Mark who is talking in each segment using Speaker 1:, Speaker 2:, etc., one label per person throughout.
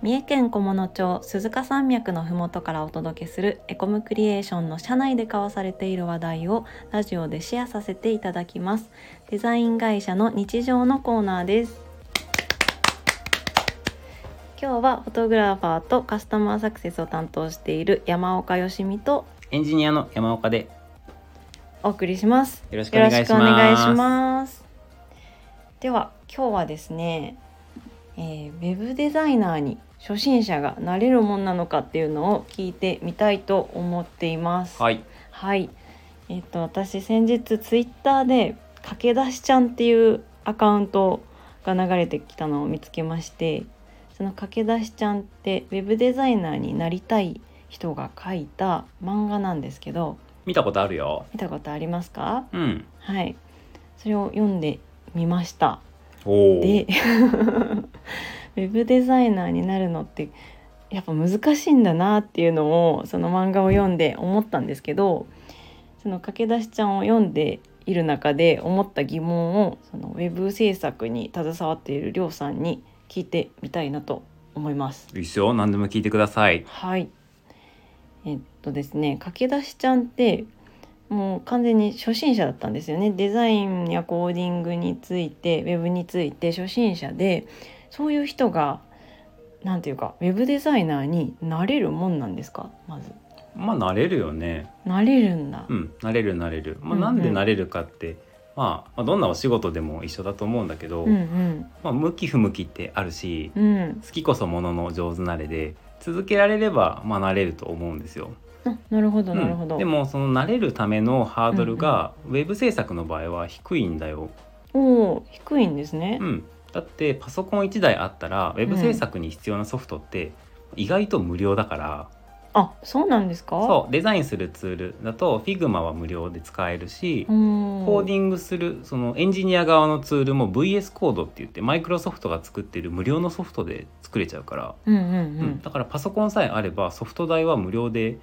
Speaker 1: 三重県菰野町鈴鹿山脈のふもとからお届けするエコムクリエーションの社内で交わされている話題をラジオでシェアさせていただきますデザイン会社の日常のコーナーです今日はフォトグラファーとカスタマーサクセスを担当している山岡よしみと
Speaker 2: エンジニアの山岡でよ
Speaker 1: お送りします
Speaker 2: ろしくお
Speaker 1: よろ
Speaker 2: 願い
Speaker 1: し
Speaker 2: し
Speaker 1: くお願いし
Speaker 2: ます。
Speaker 1: ます。では今日はですね、えー、ウェブデザイナーに初心者がなれるもんなのかっていうのを聞いてみたいと思っています。
Speaker 2: はい。
Speaker 1: はいえっと私先日ツイッターで「駆け出しちゃん」っていうアカウントが流れてきたのを見つけましてその「駆け出しちゃん」ってウェブデザイナーになりたい人が書いた漫画なんですけど
Speaker 2: 見たことあるよ。
Speaker 1: 見たことありますか
Speaker 2: うん。
Speaker 1: はい、それを読んでみました。
Speaker 2: おお。
Speaker 1: で、 ウェブデザイナーになるのってやっぱ難しいんだなっていうのをその漫画を読んで思ったんですけど、その駆け出しちゃんを読んでいる中で思った疑問をそのウェブ制作に携わっているりょうさんに聞いてみたいなと思います。
Speaker 2: いいっすよ。何でも聞いてください。
Speaker 1: はい。えっとですね、駆け出しちゃんってもう完全に初心者だったんですよね。デザインやコーディングについて、ウェブについて初心者で、そういう人がなんていうかウェブデザイナーになれるもんなんですか？まず
Speaker 2: まあ慣れるよね。
Speaker 1: なれるんだ。
Speaker 2: うん。慣れる慣れる。ま
Speaker 1: う
Speaker 2: あ
Speaker 1: んうん
Speaker 2: なんで慣れるかって、まあ、まあどんなお仕事でも一緒だと思うんだけど、
Speaker 1: うん
Speaker 2: まあ向き不向きってあるし、
Speaker 1: うんうん。
Speaker 2: 好きこそものの上手なれで。続けられればまあ慣れると思うんですよ。
Speaker 1: あ、なるほど
Speaker 2: うん
Speaker 1: なるほど。
Speaker 2: でもその慣れるためのハードルがウェブ制作の場合は低いんだよ。
Speaker 1: おお低いんですね
Speaker 2: う。ん、だってパソコン1台あったらウェブ制作に必要なソフトって意外と無料だから、
Speaker 1: あ、そうなんですか？
Speaker 2: そうデザインするツールだと Figma は無料で使えるし、
Speaker 1: うーん。
Speaker 2: コーディングするそのエンジニア側のツールも VS コードって言ってマイクロソフトが作ってる無料のソフトで作れちゃうから、
Speaker 1: うんうんう
Speaker 2: うんん。だからパソコンさえあればソフト代は無料で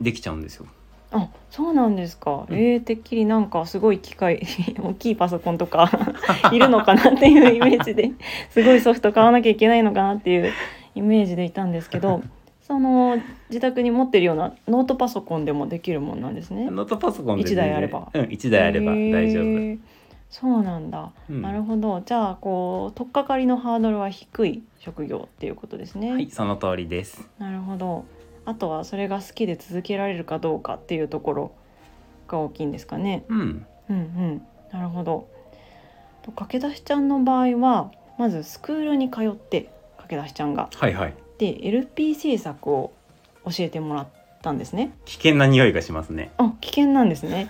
Speaker 2: できちゃうんですよ。
Speaker 1: あそうなんですか、
Speaker 2: うん
Speaker 1: えー、てっきりなんかすごい機械 大きいパソコンとか いるのかなっていうイメージです ごいソフト買わなきゃいけないのかなっていうイメージでいたんですけ どその自宅に持ってるようなノートパソコンでもできるもんなんですね。
Speaker 2: ノートパソコンで
Speaker 1: 一台あれば
Speaker 2: うん、1台あれば大丈夫。
Speaker 1: へーそうなんだ、
Speaker 2: うん
Speaker 1: なるほどじゃあこう取っかかりのハードルは低い職業っていうことですね。
Speaker 2: はい、その通りです。
Speaker 1: なるほどあとはそれが好きで続けられるかどうかっていうところが大きいんですかね。
Speaker 2: うん、
Speaker 1: うんうん、なるほど。と駆け出しちゃんの場合はまずスクールに通って駆け出しちゃんが
Speaker 2: はいはい。
Speaker 1: で LP 制作を教えてもらったんですね。
Speaker 2: 危険な匂いがしますね。
Speaker 1: あ危険なんです ね。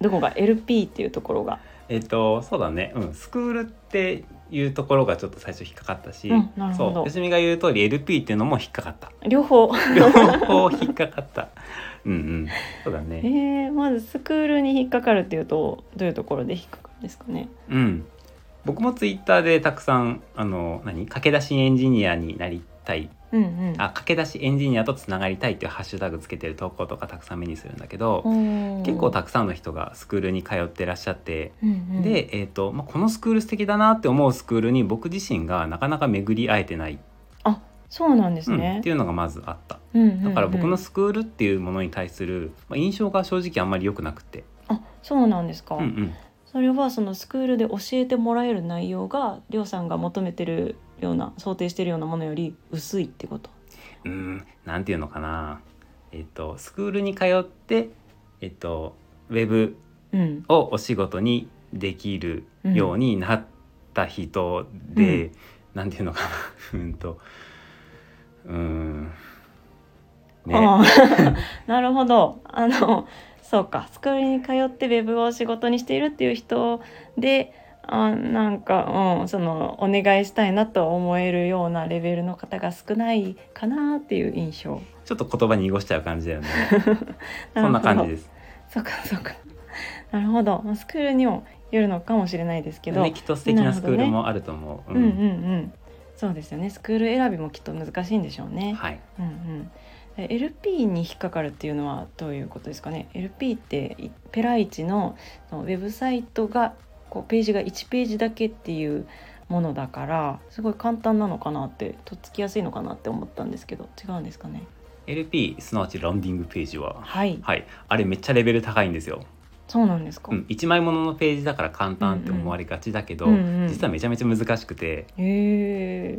Speaker 1: どこが LP っていうところが。
Speaker 2: えっとそうだね、うん、スクールっていうところがちょっと最初引っかかったし、
Speaker 1: うんなるほど
Speaker 2: そう吉見が言う通り LP っていうのも引っかか った
Speaker 1: 両方
Speaker 2: 両方引っかかったうんうんそうだ
Speaker 1: え
Speaker 2: ね
Speaker 1: ー、まずスクールに引っかかるっていうとどういうところで引っかかるんですかね。
Speaker 2: うん僕もツイッターでたくさんあの何駆け出しエンジニアになりたい
Speaker 1: うんうん。
Speaker 2: あ駆け出しエンジニアとつながりたいっていうハッシュタグつけてる投稿とかたくさん目にするんだけど
Speaker 1: 結
Speaker 2: 結構たくさんの人がスクールに通ってらっしゃって
Speaker 1: うんうん、
Speaker 2: で、えーとまあ、このスクール素敵だなって思うスクールに僕自身がなかなか巡り会えてない、
Speaker 1: そうなんです
Speaker 2: うんっ
Speaker 1: ね
Speaker 2: て。いうのがまずあった
Speaker 1: うんうんうん
Speaker 2: だから僕のスクールっていうものに対する、まあ、印象が正直あんまり良くなくて、
Speaker 1: あそうなんですか。
Speaker 2: うんうん、
Speaker 1: それはそのスクールで教えてもらえる内容がりょうさんが求めてるような想定してるようなものより薄いってこと。
Speaker 2: うんなんていうのかなえっ、とスクールに通ってえっ、とウェブ
Speaker 1: うん。
Speaker 2: をお仕事にできるようになった人
Speaker 1: う
Speaker 2: で、なん ていうのかなうんとうんね
Speaker 1: ああ なるほど。あのそうかスクールに通ってウェブを仕事にしているっていう人で。あなんか、うん、そのお願いしたいなと思えるようなレベルの方が少ないかなっていう印象
Speaker 2: ちょっと言葉濁しちゃう感じだよね
Speaker 1: るほど
Speaker 2: そんな感じです
Speaker 1: そうかそうかなるほどまあスクールにもよるのかもしれないですけど、
Speaker 2: ねきっと素敵なスクールもあると思
Speaker 1: う
Speaker 2: う、
Speaker 1: んうんうんそうですよねスクール選びもきっと難しいんでしょうね、
Speaker 2: はい
Speaker 1: うんうんえ LP に引っかかるっていうのはどういうことですかね LP っていペライチのそのウェブサイトがこうページが1ページだけっていうものだからすごい簡単なのかなってとっつきやすいのかなって思ったんですけど違うんですかね
Speaker 2: LP すなわちランディングページは
Speaker 1: はい
Speaker 2: はいあれめっちゃレベル高いんですよ、
Speaker 1: そうなんですか、
Speaker 2: うん、1枚もののページだから簡単って思われがちだけど、
Speaker 1: うんうんうん
Speaker 2: 実はめちゃめちゃ難しくて、
Speaker 1: へえ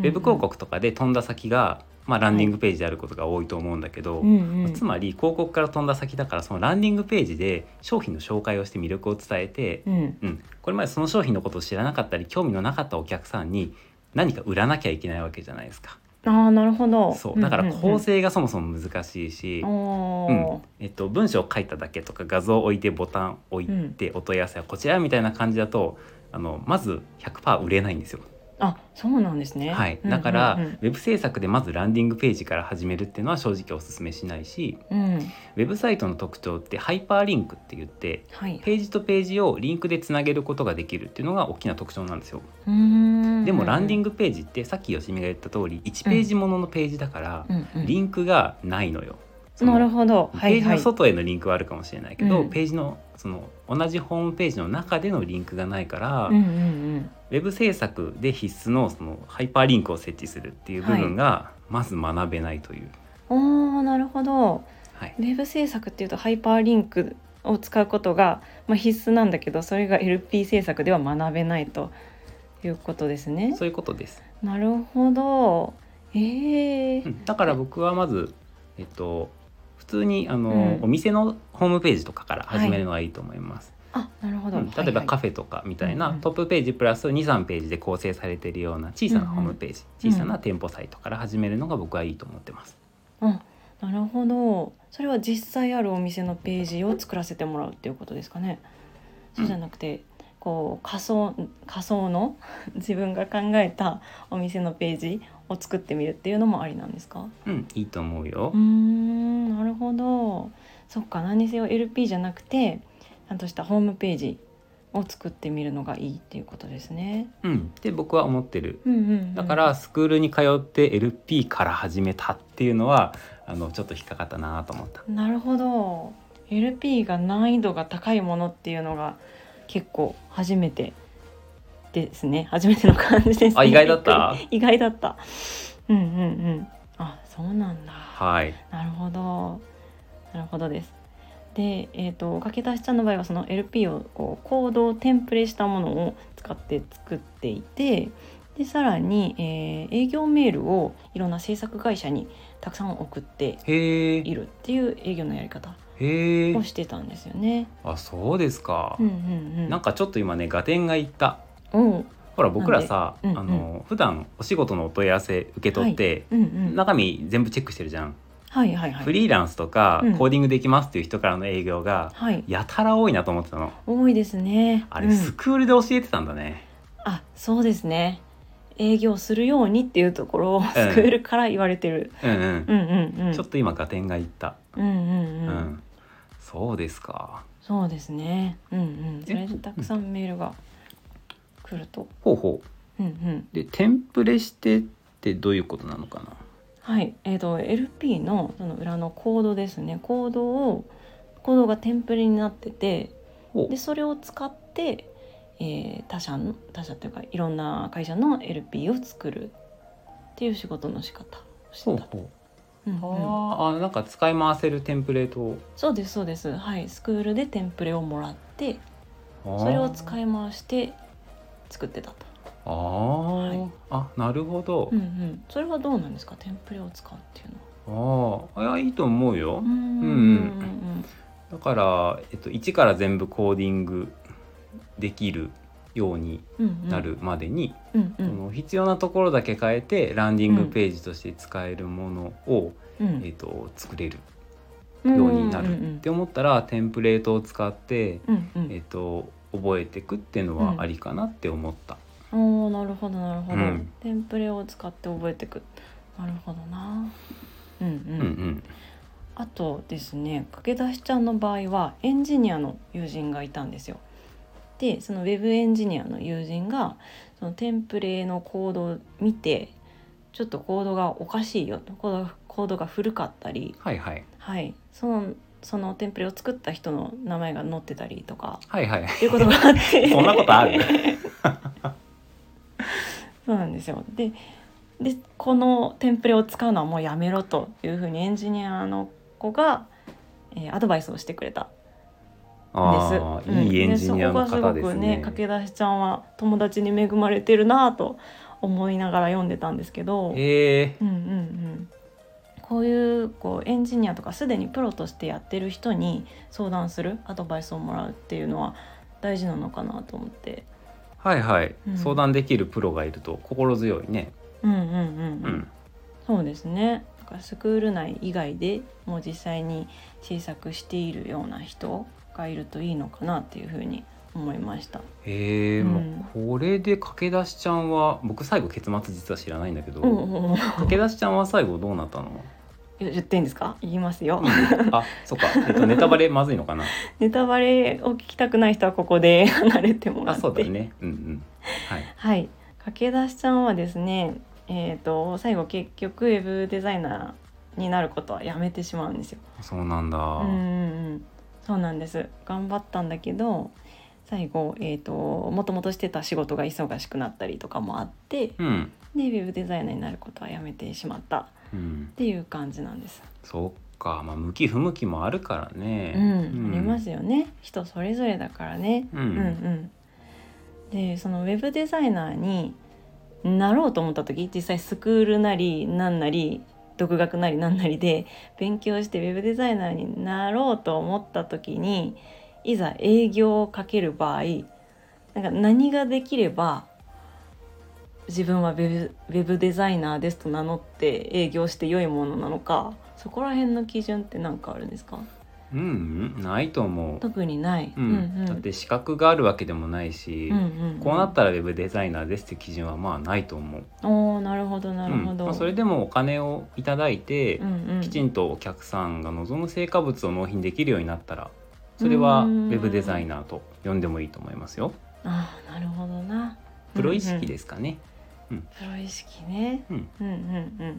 Speaker 2: ウェブ広告とかで飛んだ先が、まあ、ランディングページであることが多いと思うんだけど、
Speaker 1: うんうん、
Speaker 2: つまり広告から飛んだ先だからそのランディングページで商品の紹介をして魅力を伝えて、
Speaker 1: うん
Speaker 2: うん、これまでその商品のことを知らなかったり興味のなかったお客さんに何か売らなきゃいけないわけじゃないですか。
Speaker 1: ああなるほど
Speaker 2: そうだから構
Speaker 1: ん
Speaker 2: 成がそもそも難しいし、
Speaker 1: うんうん、
Speaker 2: う
Speaker 1: お
Speaker 2: んえっと、文章を書いただけとか画像を置いてボタン置いてお問い合わせはこちらみたいな感じだとあのまず100%売れないんですよ。
Speaker 1: ーあそうなんですね
Speaker 2: はい、
Speaker 1: うん
Speaker 2: だから、
Speaker 1: うん
Speaker 2: ウェブ制作でまずランディングページから始めるっていうのは正直お勧めしないし
Speaker 1: うんうん
Speaker 2: ウェブサイトの特徴ってハイパーリンクって言って
Speaker 1: はい
Speaker 2: ページとページをリンクでつなげることができるっていうのが大きな特徴なんですよで
Speaker 1: で
Speaker 2: もランディン
Speaker 1: グ、
Speaker 2: グページってさっきよしみが言った通り1ページもののページだから
Speaker 1: うんうん
Speaker 2: リンクがないのよ。その
Speaker 1: なるほど、は
Speaker 2: ペー
Speaker 1: い
Speaker 2: ジ
Speaker 1: は
Speaker 2: の
Speaker 1: い、
Speaker 2: 外へのリンクはあるかもしれないけど、
Speaker 1: うん
Speaker 2: ページのその同じホームページの中でのリンクがないから、
Speaker 1: うんうん
Speaker 2: ウェブ制作で必須のそのハイパーリンクを設置するっていう部分がまず学べないという、
Speaker 1: うん、おーなるほど
Speaker 2: はい
Speaker 1: ウェブ制作っていうとハイパーリンクを使うことが、まあ、必須なんだけどそれが LP 制作では学べないということですね。
Speaker 2: そういうことです、
Speaker 1: なるほどええ
Speaker 2: う
Speaker 1: ー
Speaker 2: んだから僕はまず、えっと、普通にあの、
Speaker 1: うん
Speaker 2: お店のホームページとかから始めるのがいいと思います、
Speaker 1: あなるほど、
Speaker 2: うん例えばカ
Speaker 1: フ
Speaker 2: フェとかみたいな、
Speaker 1: うんうん
Speaker 2: トップページプラス23ページで構成されているような小さなホームページ、
Speaker 1: うんうん
Speaker 2: 小さな店舗サイトから始めるのが僕はいいと思ってます。
Speaker 1: はいはいうん、なるほどそれは実際あるお店のページを作らせてもらうっていうことですかね。そうじゃなくてこう仮想仮想の 自分が考えたお店のページを作ってみるっていうのもありなんですか
Speaker 2: うん、いいと思うよ
Speaker 1: うー。んなるほどそっか何にせよ LP じゃなくてちゃんとしたホームページを作ってみるのがいいっていうことですね。
Speaker 2: うん、で僕は思ってる。
Speaker 1: うんうんうん
Speaker 2: だからスクールに通って LP から始めたっていうのはあのちょっと引っかかったなと思った。
Speaker 1: なるほど LP が難易度が高いものっていうのが結構初めてですね初めての感じですね
Speaker 2: あ意外だった
Speaker 1: びくり 意外だったうんうんうんあそうなんだ
Speaker 2: はい。
Speaker 1: なるほどなるほどですでえー、と駆け出しちゃんの場合はその LP をこうコードをテンプレしたものを使って作っていてでさらに、えー営業メールをいろんな制作会社にたくさん送って
Speaker 2: へ
Speaker 1: い
Speaker 2: え。
Speaker 1: るっていう営業のやり方
Speaker 2: へえ
Speaker 1: を。してたんですよね。
Speaker 2: あそうですか
Speaker 1: うん。うんうん、
Speaker 2: なんかちょっと今ね合点がいった。
Speaker 1: おう
Speaker 2: ほら僕らさ、
Speaker 1: なんで
Speaker 2: あ
Speaker 1: うん
Speaker 2: の普段お仕事のお問い合わせ受け取って、
Speaker 1: うんうん、
Speaker 2: 中身全部チェックしてるじゃん。
Speaker 1: はいはいは
Speaker 2: フ
Speaker 1: い。
Speaker 2: リーランスとか、
Speaker 1: うん
Speaker 2: コーディングできますっていう人からの営業が
Speaker 1: はい、
Speaker 2: やたら多いなと思ってたの。
Speaker 1: 多いですね。
Speaker 2: あれ、
Speaker 1: うん
Speaker 2: スクールで教えてたんだね。
Speaker 1: あ、そうですね。営業するようにっていうところをスクールから言われてる。
Speaker 2: うんう
Speaker 1: う。
Speaker 2: ん
Speaker 1: んうんうん。
Speaker 2: ちょっと今合点がいった。
Speaker 1: うんうんうん。
Speaker 2: うん、そうですか。
Speaker 1: そうですね。うんうん。それで
Speaker 2: え
Speaker 1: たくさんメールが来ると。
Speaker 2: ほうほ
Speaker 1: うんうん。
Speaker 2: う。で、テンプレしてってどういうことなのかな。
Speaker 1: はい、えー、と LP のその裏のコードですねコードをコードがテンプレになってて
Speaker 2: ほう
Speaker 1: で。それを使って、えー他社の他社というかいろんな会社の LP を作るっていう仕事の仕方をし
Speaker 2: ほ
Speaker 1: て
Speaker 2: う
Speaker 1: たと、
Speaker 2: ほ
Speaker 1: うん
Speaker 2: う。
Speaker 1: うん
Speaker 2: あーあ、なんか使い回せるテンプレートを。
Speaker 1: そうですそうですはいスクールでテンプレをもらってそ
Speaker 2: そ
Speaker 1: れを使
Speaker 2: い。
Speaker 1: い回して作ってたと、
Speaker 2: ああ、
Speaker 1: はい
Speaker 2: あ、なるほど
Speaker 1: うん。うん、それはどうなんですかテンプレを使うっていうのは
Speaker 2: ああ、いや、いいと思うよ
Speaker 1: う。ん
Speaker 2: うん
Speaker 1: うん
Speaker 2: だから、えっと、一から全部コーディング。できる。ように
Speaker 1: うんうん
Speaker 2: なるまでに、
Speaker 1: うんう
Speaker 2: そ
Speaker 1: ん
Speaker 2: の必要なところだけ変えてランディングページとして使えるものを、
Speaker 1: うん
Speaker 2: えっと、作れる
Speaker 1: うん
Speaker 2: ようにな
Speaker 1: うんう
Speaker 2: るっ
Speaker 1: ん
Speaker 2: て思ったらテンプレートを使って、
Speaker 1: うんうん
Speaker 2: えっと覚えていくっていうのはありかなって思った。
Speaker 1: おーなるほどなるほど、
Speaker 2: うん
Speaker 1: テンプレを使って覚えていくなるほどなうんうん、
Speaker 2: うんうん
Speaker 1: あとですね駆け出しちゃんの場合はエンジニアの友人がいたんですよでそのウェブエンジニアの友人がそのテンプレのコードを見てちょっとコードがおかしいよとコードがコードが古かったり
Speaker 2: はいはい
Speaker 1: はいそのそのテンプレを作った人の名前が載ってたりとか
Speaker 2: はいはい。
Speaker 1: っていうことがあって
Speaker 2: そんなことある。
Speaker 1: ですよ。ででこのテンプレを使うのはもうやめろというふうにエンジニアの子が、えーアドバイスをしてくれた
Speaker 2: あ
Speaker 1: です。
Speaker 2: あ、いいエンジニアの
Speaker 1: うんでそこ
Speaker 2: 方
Speaker 1: がす
Speaker 2: で
Speaker 1: ごく
Speaker 2: す
Speaker 1: ね
Speaker 2: ね。
Speaker 1: 駆け出しちゃんは友達に恵まれてるなぁと思いながら読んでたんですけど、
Speaker 2: へえ
Speaker 1: うんうんうん、こういうこうエンジニアとかすでにプロとしてやってる人に相談するアドバイスをもらうっていうのは大事なのかなと思って。
Speaker 2: はいはい、
Speaker 1: うん
Speaker 2: 相談できるプロがいると心強いね。
Speaker 1: うんうんうん、
Speaker 2: う
Speaker 1: うん
Speaker 2: ん、
Speaker 1: そうですねだからスクール内以外でもう実際に制作しているような人がいるといいのかなっていうふうに思いました。
Speaker 2: へえ、
Speaker 1: うん
Speaker 2: もうこれで駆け出しちゃんは僕最後結末実は知らないんだけど、
Speaker 1: おうおうおう
Speaker 2: 駆け出しちゃんは最後どうなった の？
Speaker 1: 言っていいんですか言いますよ。
Speaker 2: あ、そっか。えっとネタバレまずいのかな。
Speaker 1: ネタバレを聞きたくない人はここで 離れてもら
Speaker 2: あ、
Speaker 1: って。
Speaker 2: そうだね。うんうん。はい。
Speaker 1: はい。駆け出しちゃんはですね、えっ、と最後結局ウェブデザイナーになることはやめてしまうんですよ。
Speaker 2: そうなんだ。
Speaker 1: うんうんうん。そうなんです。頑張ったんだけど、最後えっ、ともともとしてた仕事が忙しくなったりとかもあって、で
Speaker 2: うん。
Speaker 1: ウェブデザイナーになることはやめてしまったっ
Speaker 2: うん。
Speaker 1: ていう感じなんです。
Speaker 2: そっか。まあ向き不向きもあるからね。。
Speaker 1: うん、ありますすよね。人それぞれだからね。
Speaker 2: う。
Speaker 1: うんうんん、でそのウェブデザイナーになろうと思った時実際スクールなりなんなり独学なりなんなりで勉強してウェブデザイナーになろうと思った時にいざ営業をかける場合なんか何ができれば自分はウェブウェブデザイナーですと名乗って営業して良いものなのかそこら辺の基準って何かあるんですか
Speaker 2: うん、うん、ないと思う。
Speaker 1: 特にない。
Speaker 2: うんだって資格があるわけでもないし、こうなったらウェブデザイナーですって基準はまあないと思う。
Speaker 1: おーなるほどなるほど、
Speaker 2: うんまあ、それでもお金をいただいて、
Speaker 1: うんうん
Speaker 2: きちんとお客さんが望む成果物を納品できるようになったらそれは
Speaker 1: う
Speaker 2: ウ
Speaker 1: ん
Speaker 2: ェブデザイナーと呼んでもいいと思いますよ。
Speaker 1: あーなるほどな、
Speaker 2: プロ意識ですすか
Speaker 1: う
Speaker 2: ね、
Speaker 1: んうんプロ意識ね
Speaker 2: うん
Speaker 1: うんうん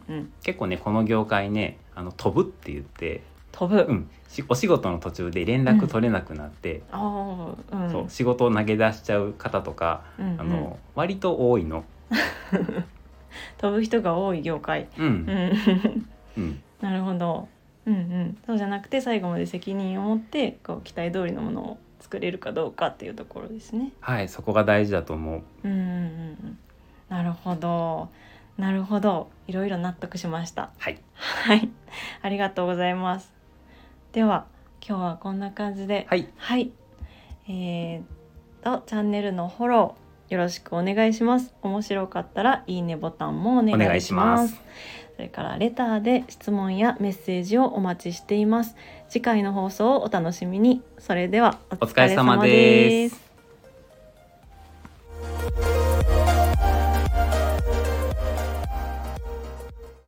Speaker 1: うんうん
Speaker 2: 結構ねこの業界ねあの飛ぶって言って、
Speaker 1: 飛ぶ、
Speaker 2: うん、しお仕事の途中で連絡取れなくなって、
Speaker 1: あーうん
Speaker 2: そう仕事を投げ出しちゃう方とか、
Speaker 1: うんうん
Speaker 2: あの割と多いの。
Speaker 1: 飛ぶ人が多い業界
Speaker 2: う
Speaker 1: うんん
Speaker 2: うん
Speaker 1: なるほどうんうんそうじゃなくて最後まで責任を持ってこう期待通りのものを作れるかどうかっていうところですね
Speaker 2: はいそこが大事だと思う。
Speaker 1: うんうんうんうんなるほどなるほどいろいろ納得しました
Speaker 2: はい、
Speaker 1: はい、ありがとうございます。では、今日はこんな感じで、
Speaker 2: はい、
Speaker 1: はい、えー、とチャンネルのフォローよろしくお願いします。面白かったらいいねボタンもお願
Speaker 2: お願
Speaker 1: い
Speaker 2: い
Speaker 1: し
Speaker 2: し
Speaker 1: ま
Speaker 2: ますす。
Speaker 1: それからレターで質問やメッセージをお待ちしています。次回の放送をお楽しみに。それではお
Speaker 2: お疲れ様です。